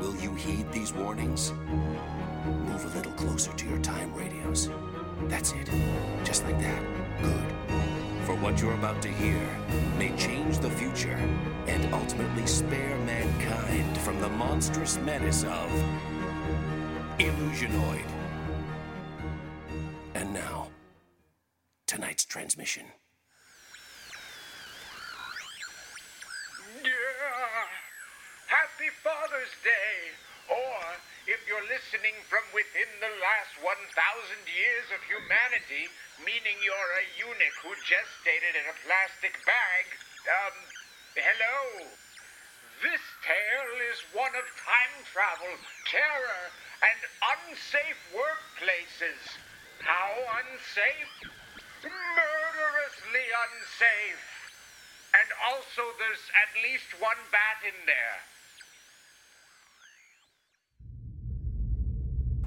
Will you heed these warnings? Move a little closer to your time radios. That's it. Just like that. Good. For what you're about to hear may change the future and ultimately spare mankind from the monstrous menace of Illusionoid. And now, tonight's transmission. Yeah. Happy Father's Day! Or, if you're listening from within the last 1,000 years of humanity, meaning you're a eunuch who gestated in a plastic bag, um, hello! This tale is one of time travel, terror, and unsafe workplaces. How unsafe? Murderously unsafe! And also, there's at least one bat in there.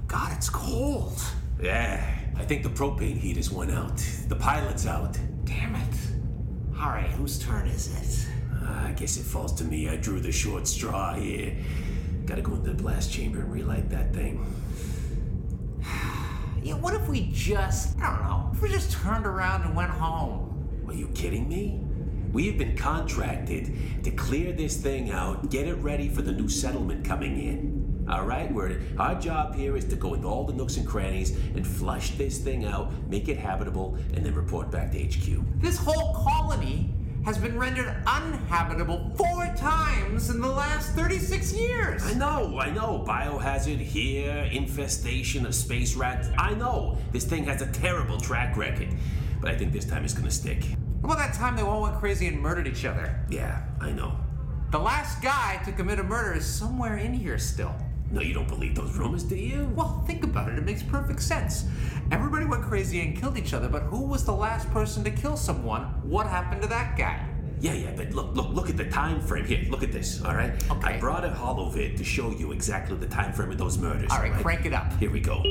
God, it's cold. Yeah, I think the propane heaters went out. The pilot's out. Damn it. All right, whose turn is it? Uh, I guess it falls to me. I drew the short straw here. Gotta go into the blast chamber and relight that thing. Yeah, what if we just, I don't know, if we just turned around and went home? Are you kidding me? We have been contracted to clear this thing out, get it ready for the new settlement coming in. All right, we're, our job here is to go into all the nooks and crannies and flush this thing out, make it habitable, and then report back to HQ. This whole colony has been rendered uninhabitable four times in the last 36 years. I know, I know. Biohazard here, infestation of space rats. I know this thing has a terrible track record, but I think this time it's gonna stick. What about that time they all went crazy and murdered each other? Yeah, I know. The last guy to commit a murder is somewhere in here still. No, you don't believe those rumors, do you? Well, think about it. It makes perfect sense. Everybody went crazy and killed each other, but who was the last person to kill someone? What happened to that guy? Yeah, yeah, but look, look, look at the time frame here. Look at this, all right? Okay. I brought a holovid to show you exactly the time frame of those murders. All right, crank it up. Here we go.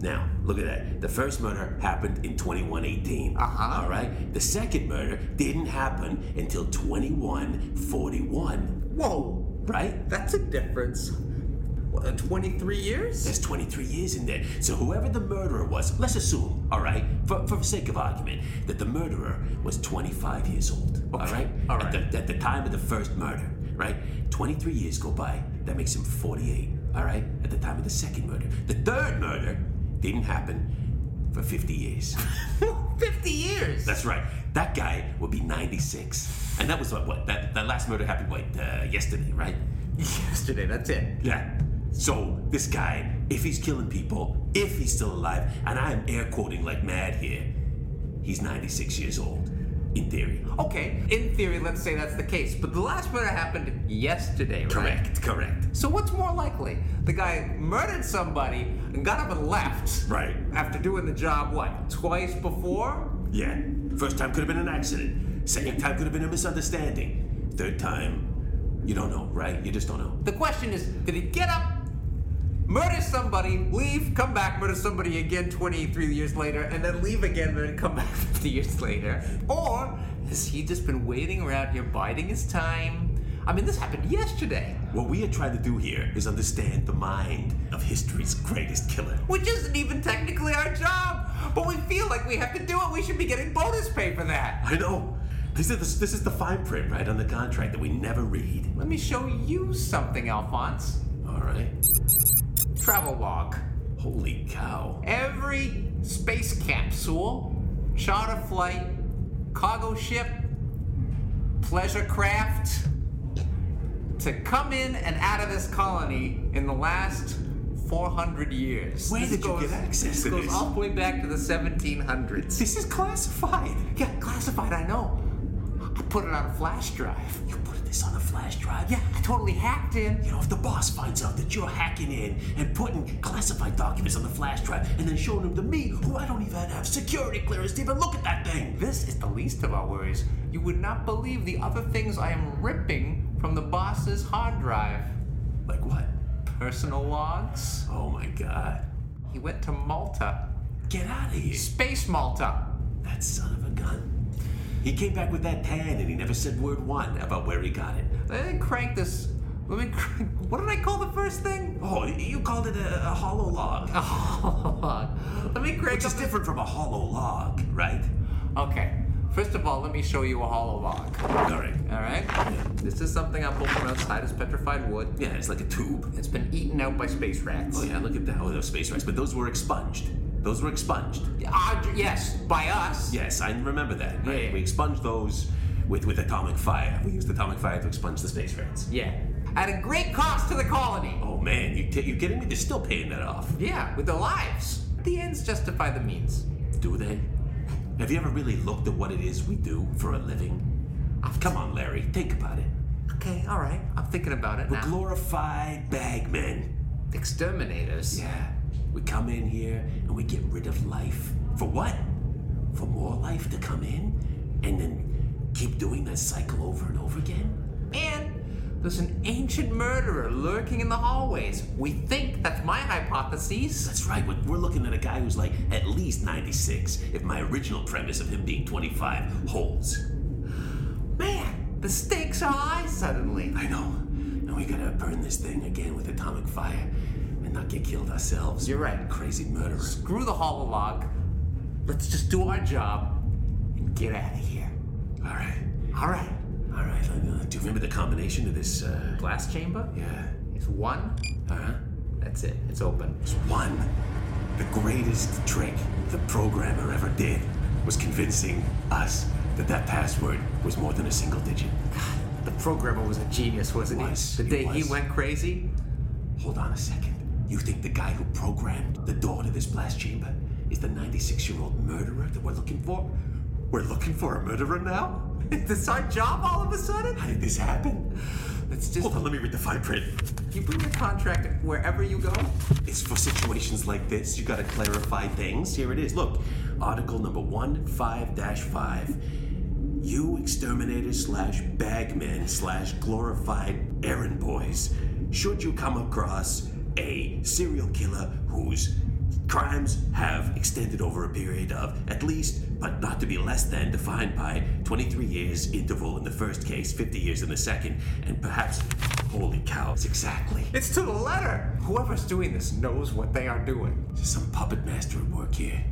Now, look at that. The first murder happened in 2118. Uh-huh. All right. The second murder didn't happen until 2141. Whoa, Right? that's a difference. What, uh, 23 years? There's 23 years in there. So whoever the murderer was, let's assume, all right, for, for sake of argument, that the murderer was 25 years old. All Okay, right? all At right. the, at the time of the first murder, right? 23 years go by. That makes him 48. All right? At the time of the second murder. The third murder didn't happen for 50 years. 50 years! That's right. That guy would be 96. And that was what, what that, that last murder happened, what, uh, yesterday, right? yesterday, that's it. Yeah. So this guy, if he's killing people, if he's still alive, and I am air quoting like mad here, he's 96 years old, in theory. Okay, in theory, let's say that's the case, but the last murder happened yesterday, right? Correct, correct. So what's more likely? The guy murdered somebody and got up and left. Right. After doing the job, what, twice before? Yeah. First time could have been an accident. Second time could have been a misunderstanding. Third time, you don't know, right? You just don't know. The question is, did he get up, murder somebody, leave, come back, murder somebody again 23 years later, and then leave again, and then come back 50 years later? Or has he just been waiting around here biding his time? I mean, this happened yesterday, What we are trying to do here is understand the mind of history's greatest killer. which isn't even technically our job, but we feel like we have to do it. We should be getting bonus pay for that. I know. These are the, this is the fine print, right, on the contract that we never read. Let me show you something, Alphonse. All right. Travel log. Holy cow. Every space capsule, charter flight, cargo ship, pleasure craft to come in and out of this colony in the last 400 years. Where This did you get access this to goes this? all the way back to the 1700s. This is classified. Yeah, classified, I know. I put it on a flash drive. You put this on a flash drive. Yeah, I totally hacked in. You know, if the boss finds out that you're hacking in and putting classified documents on the flash drive and then showing them to me, who I don't even have security clearance to even look at that thing. This is the least of our worries. You would not believe the other things I am ripping from the boss's hard drive. Like what? Personal logs. Oh my god. He went to Malta. Get out of here. Space Malta. That son of a gun. He came back with that tan and he never said word one about where he got it. Let me crank this. Let me crank. What did I call the first thing? Oh, you called it a, a hollow log. Oh, let me crank Which is up- different from a hollow log, right? Okay. First of all, let me show you a hollow log. All All right. Uh, right. This is something I pulled from outside as petrified wood. Yeah, it's like a tube. It's been eaten out by space rats. Oh yeah, look at that. Oh, those space rights, but those were expunged. Those were expunged. Ah, d- yes, by us. Yes, I remember that. Right? Yeah. We expunged those with, with atomic fire. We used atomic fire to expunge the space rats. Yeah. At a great cost to the colony. Oh man, you t- you kidding me? They're still paying that off, Yeah, with their lives. The ends justify the means. do they? Have you ever really looked at what it is we do for a living? Ah, Come on, Larry, think about it. Okay, all right. I'm thinking about it We're now. glorified bagmen. Exterminators. Yeah. We come in here and we get rid of life. For what? For more life to come in and then keep doing that cycle over and over again? And there's an ancient murderer lurking in the hallways. We think that's my hypothesis. That's right. We're we're looking at a guy who's like at least 96 if my original premise of him being 25 holds. Man, the stakes are high suddenly. I know. And we gotta burn this thing again with atomic fire and not get killed ourselves. You're right. Crazy murderer. Screw the hololog. Let's just do our job and get out of here. All right. All right. All right. uh, Do you remember the combination of this? Uh, Glass chamber yeah. is one. Uh huh. That's it. It's open. was one. The greatest trick the programmer ever did was convincing us that that password was more than a single digit. The programmer was a genius, wasn't he? Was. The He day he was. went crazy. Hold on a second. You think the guy who programmed the door to this blast chamber is the 96 year old murderer that we're looking for? We're looking for a murderer now? Is this our job all of a sudden? How did this happen? Let's just. Hold on, let me read the fine print. You bring the contract wherever you go. It's for situations like this. You gotta clarify things. Here it is. Look, article number 15-5. You exterminators slash bagmen slash glorified errand boys. Should you come across a serial killer whose crimes have extended over a period of at least, but not to be less than, defined by 23 years interval in the first case, 50 years in the second, and perhaps, holy cow, it's exactly. It's to the letter. Whoever's doing this knows what they are doing. There's some puppet master at work here.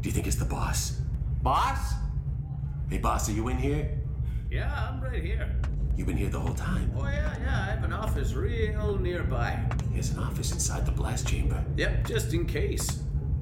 Do you think it's the boss? Boss? Hey, boss, are you in here? Yeah, I'm right here. You've been here the whole time. Oh, yeah, yeah, I have an office real nearby. There's an office inside the blast chamber. Yep, just in case.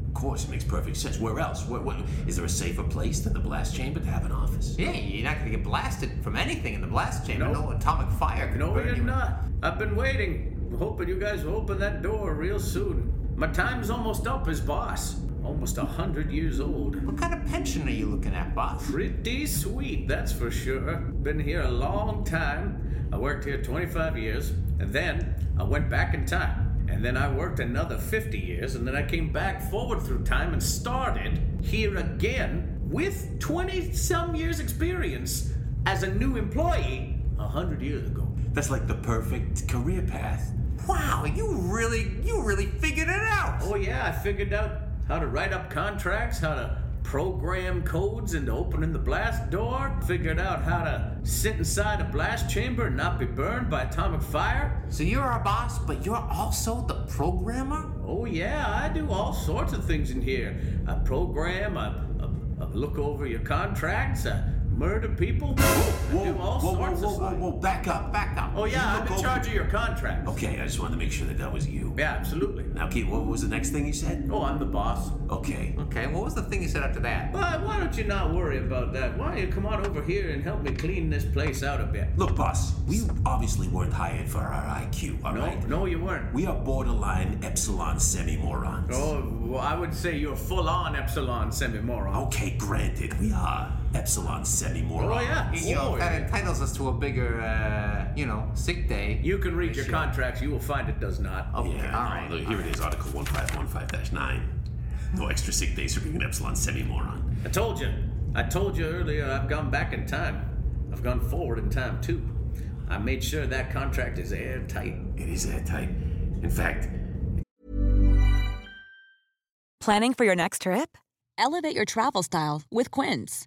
Of course, it makes perfect sense. Where else? Where, where, is there a safer place than the blast chamber to have an office? Yeah, you're not gonna get blasted from anything in the blast chamber. No. No atomic fire can No, burn you're you. not. I've been waiting, hoping you guys will open that door real soon. My time's almost up as boss. Almost a hundred years old. What kind of pension are you looking at, boss? Pretty sweet, that's for sure. Been here a long time. I worked here 25 years, and then I went back in time. And then I worked another 50 years, and then I came back forward through time and started here again with 20 some years' experience as a new employee 100 years ago. That's like the perfect career path. Wow, you really, you really figured it out. Oh, yeah, I figured out how to write up contracts, how to program codes into opening the blast door, figured out how to sit inside a blast chamber and not be burned by atomic fire. So you're our boss, but you're also the programmer. Oh, yeah, I do all sorts of things in here. I program, I, I, I look over your contracts, I murder people. Whoa, I do all whoa, whoa, sorts whoa, of whoa, stuff. whoa, back up, back up. Oh You yeah, I'm look in over- charge of your contract. Okay, I just wanted to make sure that that was you. Yeah, absolutely. Now, Keith, what was the next thing you said? Oh, I'm the boss. Okay. Okay, what was the thing you said after that? Why, why don't you not worry about that? Why don't you come on over here and help me clean this place out a bit? Look, boss, we obviously weren't hired for our IQ, all right? No, no, you weren't. We are borderline epsilon semi morons. Oh, well, I would say you're full on epsilon semi-moron. Okay, granted, we are epsilon semi morons. Oh, yeah. You know, Oh, that yeah. entitles us to a bigger, uh, you know, sick day. You Oh, can read your contracts. You will find it does not. Okay, Oh, Yeah, all no, right. look, here it is, Article 1515-9. No extra sick days for being an epsilon semi-moron. I told you. I told you earlier I've gone back in time. I've gone forward in time, too. I made sure that contract is airtight. It is airtight. In fact, Planning for your next trip? Elevate your travel style with Quince.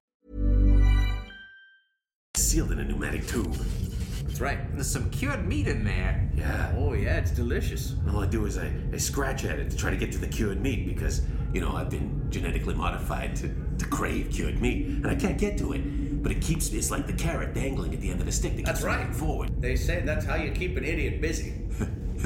sealed in a pneumatic tube. That's right. There's some cured meat in there. Yeah. Oh, yeah, it's delicious. And All I do is I, I scratch at it to try to get to the cured meat because, you know, I've been genetically modified to, to crave cured meat, and I can't get to it. But it keeps, it's like the carrot dangling at the end of the stick that That's keeps me right. moving forward. They say that's how you keep an idiot busy.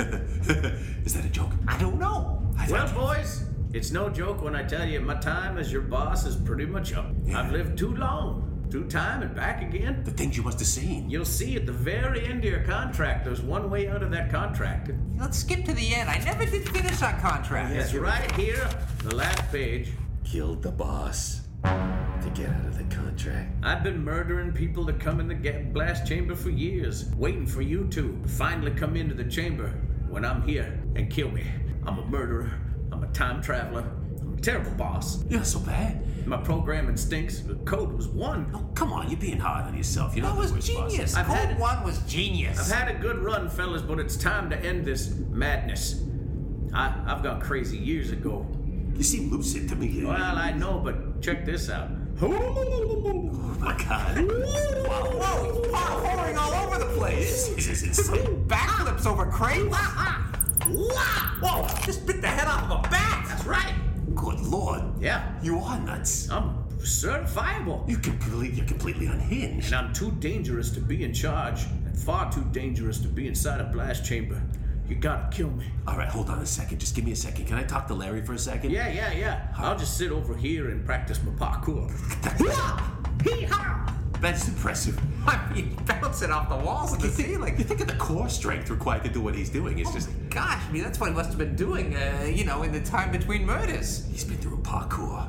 is that a joke? I don't know. I Well, think- boys, it's no joke when I tell you my time as your boss is pretty much up. I've lived too long, through time and back again. The things you must have seen. You'll see at the very end of your contract, there's one way out of that contract. Let's skip to the end. I never did finish our contract. It's right here, the last page. Killed the boss to get out of the contract. I've been murdering people to come in the ga- blast chamber for years, waiting for you two to finally come into the chamber when I'm here and kill me. I'm a murderer. I'm a time traveler. I'm a terrible boss. You're not so bad. My programming stinks. The code was one. Oh, come on, you're being hard on yourself. You're That not was the worst boss. genius. I've Code had- one was genius. I've had a good run, fellas, but it's time to end this madness. I, I've gone crazy years ago. You seem lucid to me. Well, I know, but check this out. Oh my god. wow. Whoa, he's pouring all over the place. This is insane. Backflips over crates. Whoa, just bit the head off of a bat. That's right. Oh. Good lord. Yeah, You are nuts. I'm certifiable. You complete, you're completely unhinged. And I'm too dangerous to be in charge, and far too dangerous to be inside a blast chamber. You gotta kill me. All right, hold on a second. Just give me a second. Can I talk to Larry for a second? Yeah, yeah, yeah. I'll just sit over here and practice my parkour. That's impressive. I mean, bouncing off the walls and the You think, ceiling. Oh you think of the core strength required to do what he's doing. It's just, Gosh, I mean, that's what he must have been doing, uh, you know, in the time between murders. he's been through parkour.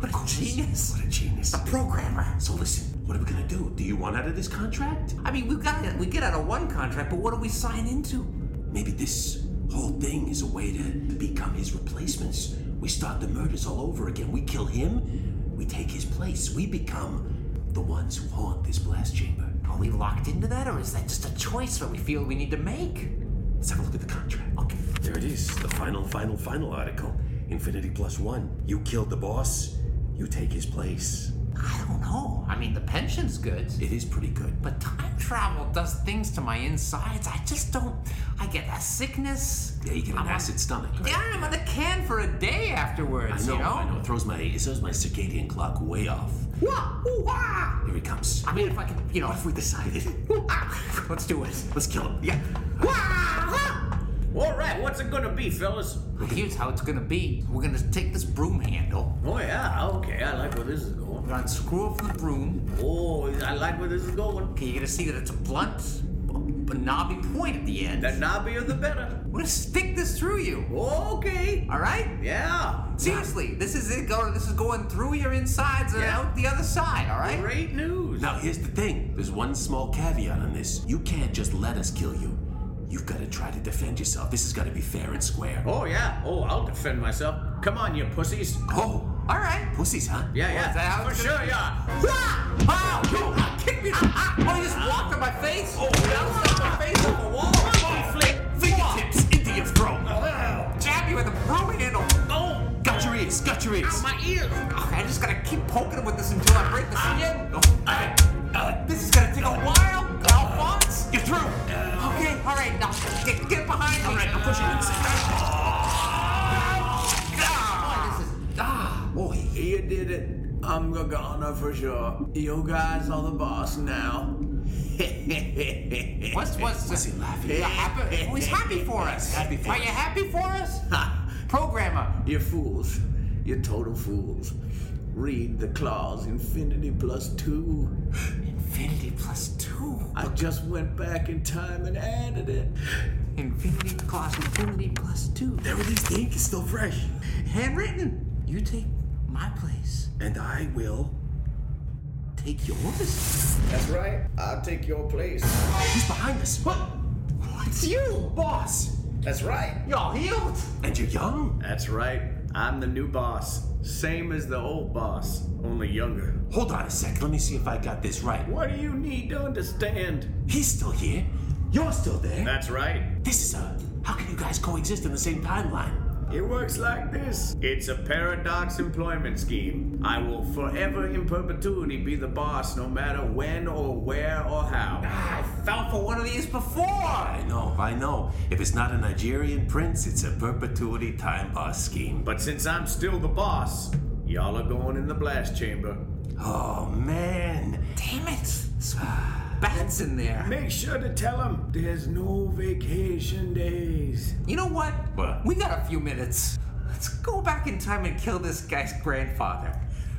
What a genius. What a genius. Programmer. So listen, what are we gonna do? Do you want out of this contract? I mean, we've got we get out of one contract, but what do we sign into? Maybe this whole thing is a way to become his replacements. We start the murders all over again. We kill him, we take his place. We become the ones who haunt this blast chamber. Are we locked into that, or is that just a choice that we feel we need to make? Let's have a look at the contract. Okay. There it is the final, final, final article Infinity Plus One. You killed the boss, you take his place. I don't know. I mean, the pension's good, It is pretty good. but time travel does things to my insides. I just don't. I get a sickness. Yeah, you get an I'm on- acid stomach. right? Yeah, I'm on the can for a day I afterwards. know, you know. I know. It throws my it throws my circadian clock way off. Wah, ooh, wah. Here he comes. I mean, if I could, you know. What if we decided? Ooh, ah, Let's do it. Let's kill him. Yeah. Wah, ah. All right, what's it gonna be, fellas? Here's how it's gonna be. We're gonna take this broom handle. Oh, yeah, okay, I like where this is We're going. gonna unscrew up the broom. Oh, I like where this is going. Okay, you're gonna see that it's a blunt, but knobby point at the end. The knobbier the better. We're gonna stick this through you. Okay. All right? Yeah. Seriously, this is it. Going, this is going through your insides and Yeah. out the other side. All right? Great news. Now, here's the thing. There's one small caveat on this. You can't just let us kill you. You've got to try to defend yourself. This has got to be fair and square. Oh yeah. Oh, I'll defend myself. Come on, you pussies. Oh, All right. Pussies, huh? Yeah, yeah. Is that how for it's sure, gonna be? yeah. Ah! Ow! You ah, kicked me! Ah, ah. Oh, you just walked on my face! Oh, bounced on my face off a wall! Body flip, fingertips into your throat. Jab you with a broom handle! Oh, got your ears, got your ears. My ears. Ah, I just gotta keep poking him with this until I break the skin. Oh, Ah, ah, This is gonna take a while, Alphonse! You're through. Uh, Okay, alright, now get, get behind me! Alright, I'm pushing this. Ah, boy, this is- ah, boy. You did it. I'm Gargano for sure. You guys are the boss now. What's what's Was he laughing? Yeah, happy, he's happy for us. Happy for Are you us. happy for us? Programmer. You fools. You total fools. Read the clause infinity plus two. Infinity plus two. I just went back in time and added it. Infinity plus infinity plus two. Everything's the ink is still fresh. Handwritten. You take my place. And I will. Take yours. That's right. I'll take your place. He's behind us. What? What's you? Boss. That's right. Y'all healed. And you're young. That's right. I'm the new boss. Same as the old boss, only younger. Hold on a sec. Let me see if I got this right. What do you need to understand? He's still here. You're still there. That's right. This is a. How can you guys coexist in the same timeline? It works like this. It's a paradox employment scheme. I will forever in perpetuity be the boss no matter when or where or how. I fell for one of these before. I know, I know. If it's not a Nigerian prince, it's a perpetuity time boss scheme. But since I'm still the boss, y'all are going in the blast chamber. Oh man. Damn it. There's Bats in there. Make sure to tell them there's no vacation days. You know what? What? We got a few minutes. Let's go back in time and kill this guy's grandfather.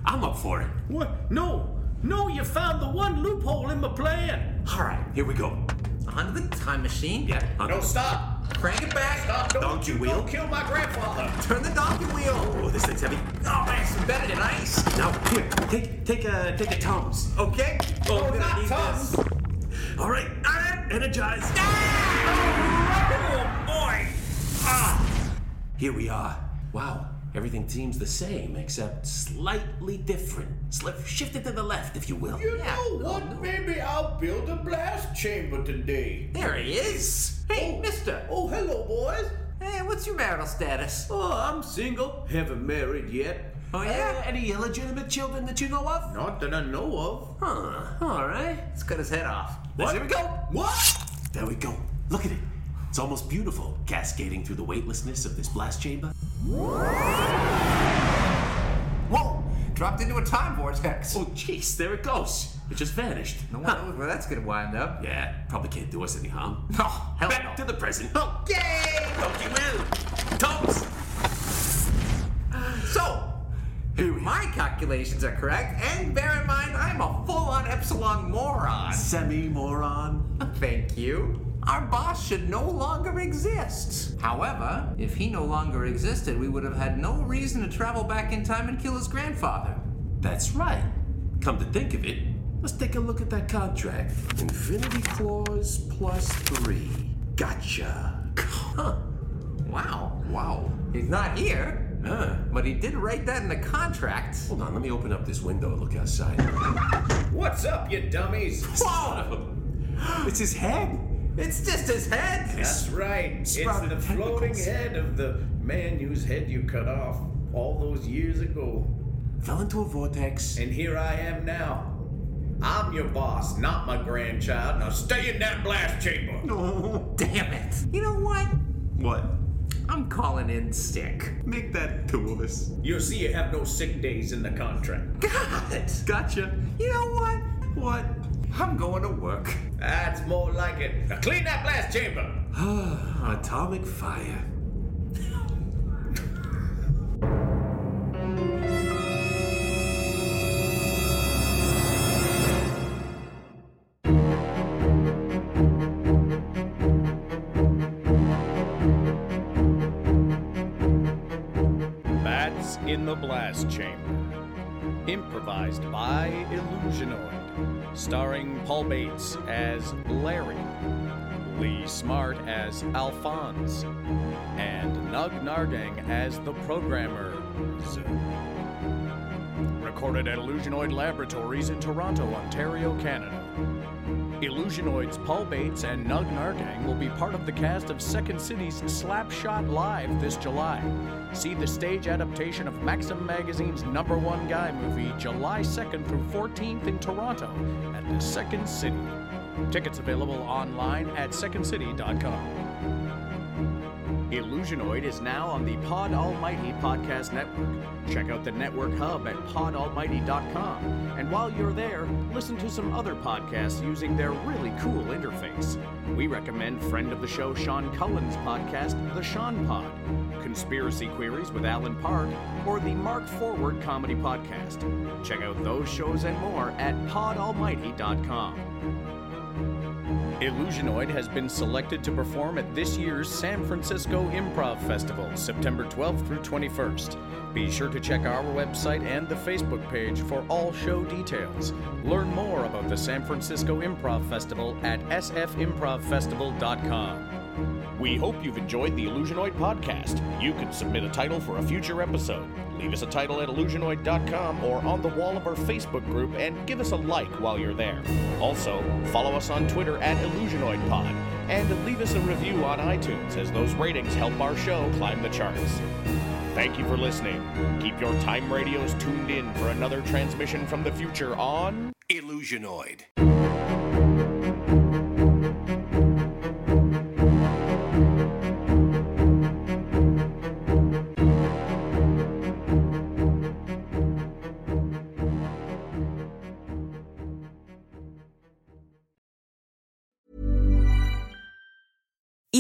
I'm up for it. What? No! No, you found the one loophole in my plan! All right. Here we go. Onto the time machine. Yeah. on- No, stop! Crank it back. Stop! Don't, Don't you wheel? Don't kill my grandfather! Turn the donkey wheel. Oh, this thing's heavy. Oh man, it's embedded in ice. Now here, take take a take a Tom's. Okay. Oh, we're gonna not need Tom's. this. All right, ah, energize. Ah! boy. Ah. Here we are. Wow, everything seems the same except slightly different. Slip shifted to the left, if you will. You Yeah, know no, what? no. Maybe I'll build a blast chamber today. There he is. Hey, mister. Oh, hello, boys. Hey, what's your marital status? Oh, I'm single. Haven't married yet. Oh, Uh, yeah? any illegitimate children that you know of? Not that I know of. Huh. All right. Let's cut his head off. There we go. What? There we go. Look at it. It's almost beautiful, cascading through the weightlessness of this blast chamber. Whoa! Dropped into a time vortex. Oh, jeez, there it goes. It just vanished. No one Huh. knows where that's gonna wind up. Yeah, probably can't do us any harm. No, hell Back no. to the present. Oh, Yay! Donkey Will! Toes! So, Here we are. my calculations are correct, and bear in mind I'm a full-on epsilon moron. Semi moron. Thank you. Our boss should no longer exist. However, if he no longer existed, we would have had no reason to travel back in time and kill his grandfather. That's right. Come to think of it, let's take a look at that contract. Infinity clause plus three. Gotcha. Huh. Wow. Wow. He's not here, Huh. Oh. but he did write that in the contract. Hold on, let me open up this window and look outside. What's up, you dummies? Whoa! It's his head. It's just his head. That's right. It's Sprouted the floating tentacles. head of the man whose head you cut off all those years ago. Fell into a vortex. And here I am now. I'm your boss, not my grandchild. Now stay in that blast chamber. Damn it. You know what? What? I'm calling in sick. Make that to us. You'll see you have no sick days in the contract. God. Gotcha. You know what? What? I'm going to work. That's more like it. Now clean that blast chamber. Atomic fire. Bats in the Blast Chamber. Improvised by Illusionoid. Starring Paul Bates as Larry, Lee Smart as Alphonse, and Nug Nardang as the programmer. recorded at Illusionoid Laboratories in Toronto, Ontario, Canada. Illusionoids Paul Bates and Nug Nargang will be part of the cast of Second City's Slapshot Live this July. See the stage adaptation of Maxim Magazine's number one guy movie July 2nd through 14th in Toronto at the Second City. Tickets available online at secondcity.com. Illusionoid is now on the Pod Almighty Podcast Network. Check out the network hub at podalmighty.com. And while you're there, listen to some other podcasts using their really cool interface. We recommend friend of the show Sean Cullen's podcast, The Sean Pod, Conspiracy Queries with Alan Park, or the Mark Forward Comedy Podcast. Check out those shows and more at podalmighty.com. Illusionoid has been selected to perform at this year's San Francisco Improv Festival, September 12th through 21st. Be sure to check our website and the Facebook page for all show details. Learn more about the San Francisco Improv Festival at sfimprovfestival.com. We hope you've enjoyed the Illusionoid podcast. You can submit a title for a future episode. Leave us a title at illusionoid.com or on the wall of our Facebook group and give us a like while you're there. Also, follow us on Twitter at IllusionoidPod and leave us a review on iTunes as those ratings help our show climb the charts. Thank you for listening. Keep your time radios tuned in for another transmission from the future on. Illusionoid.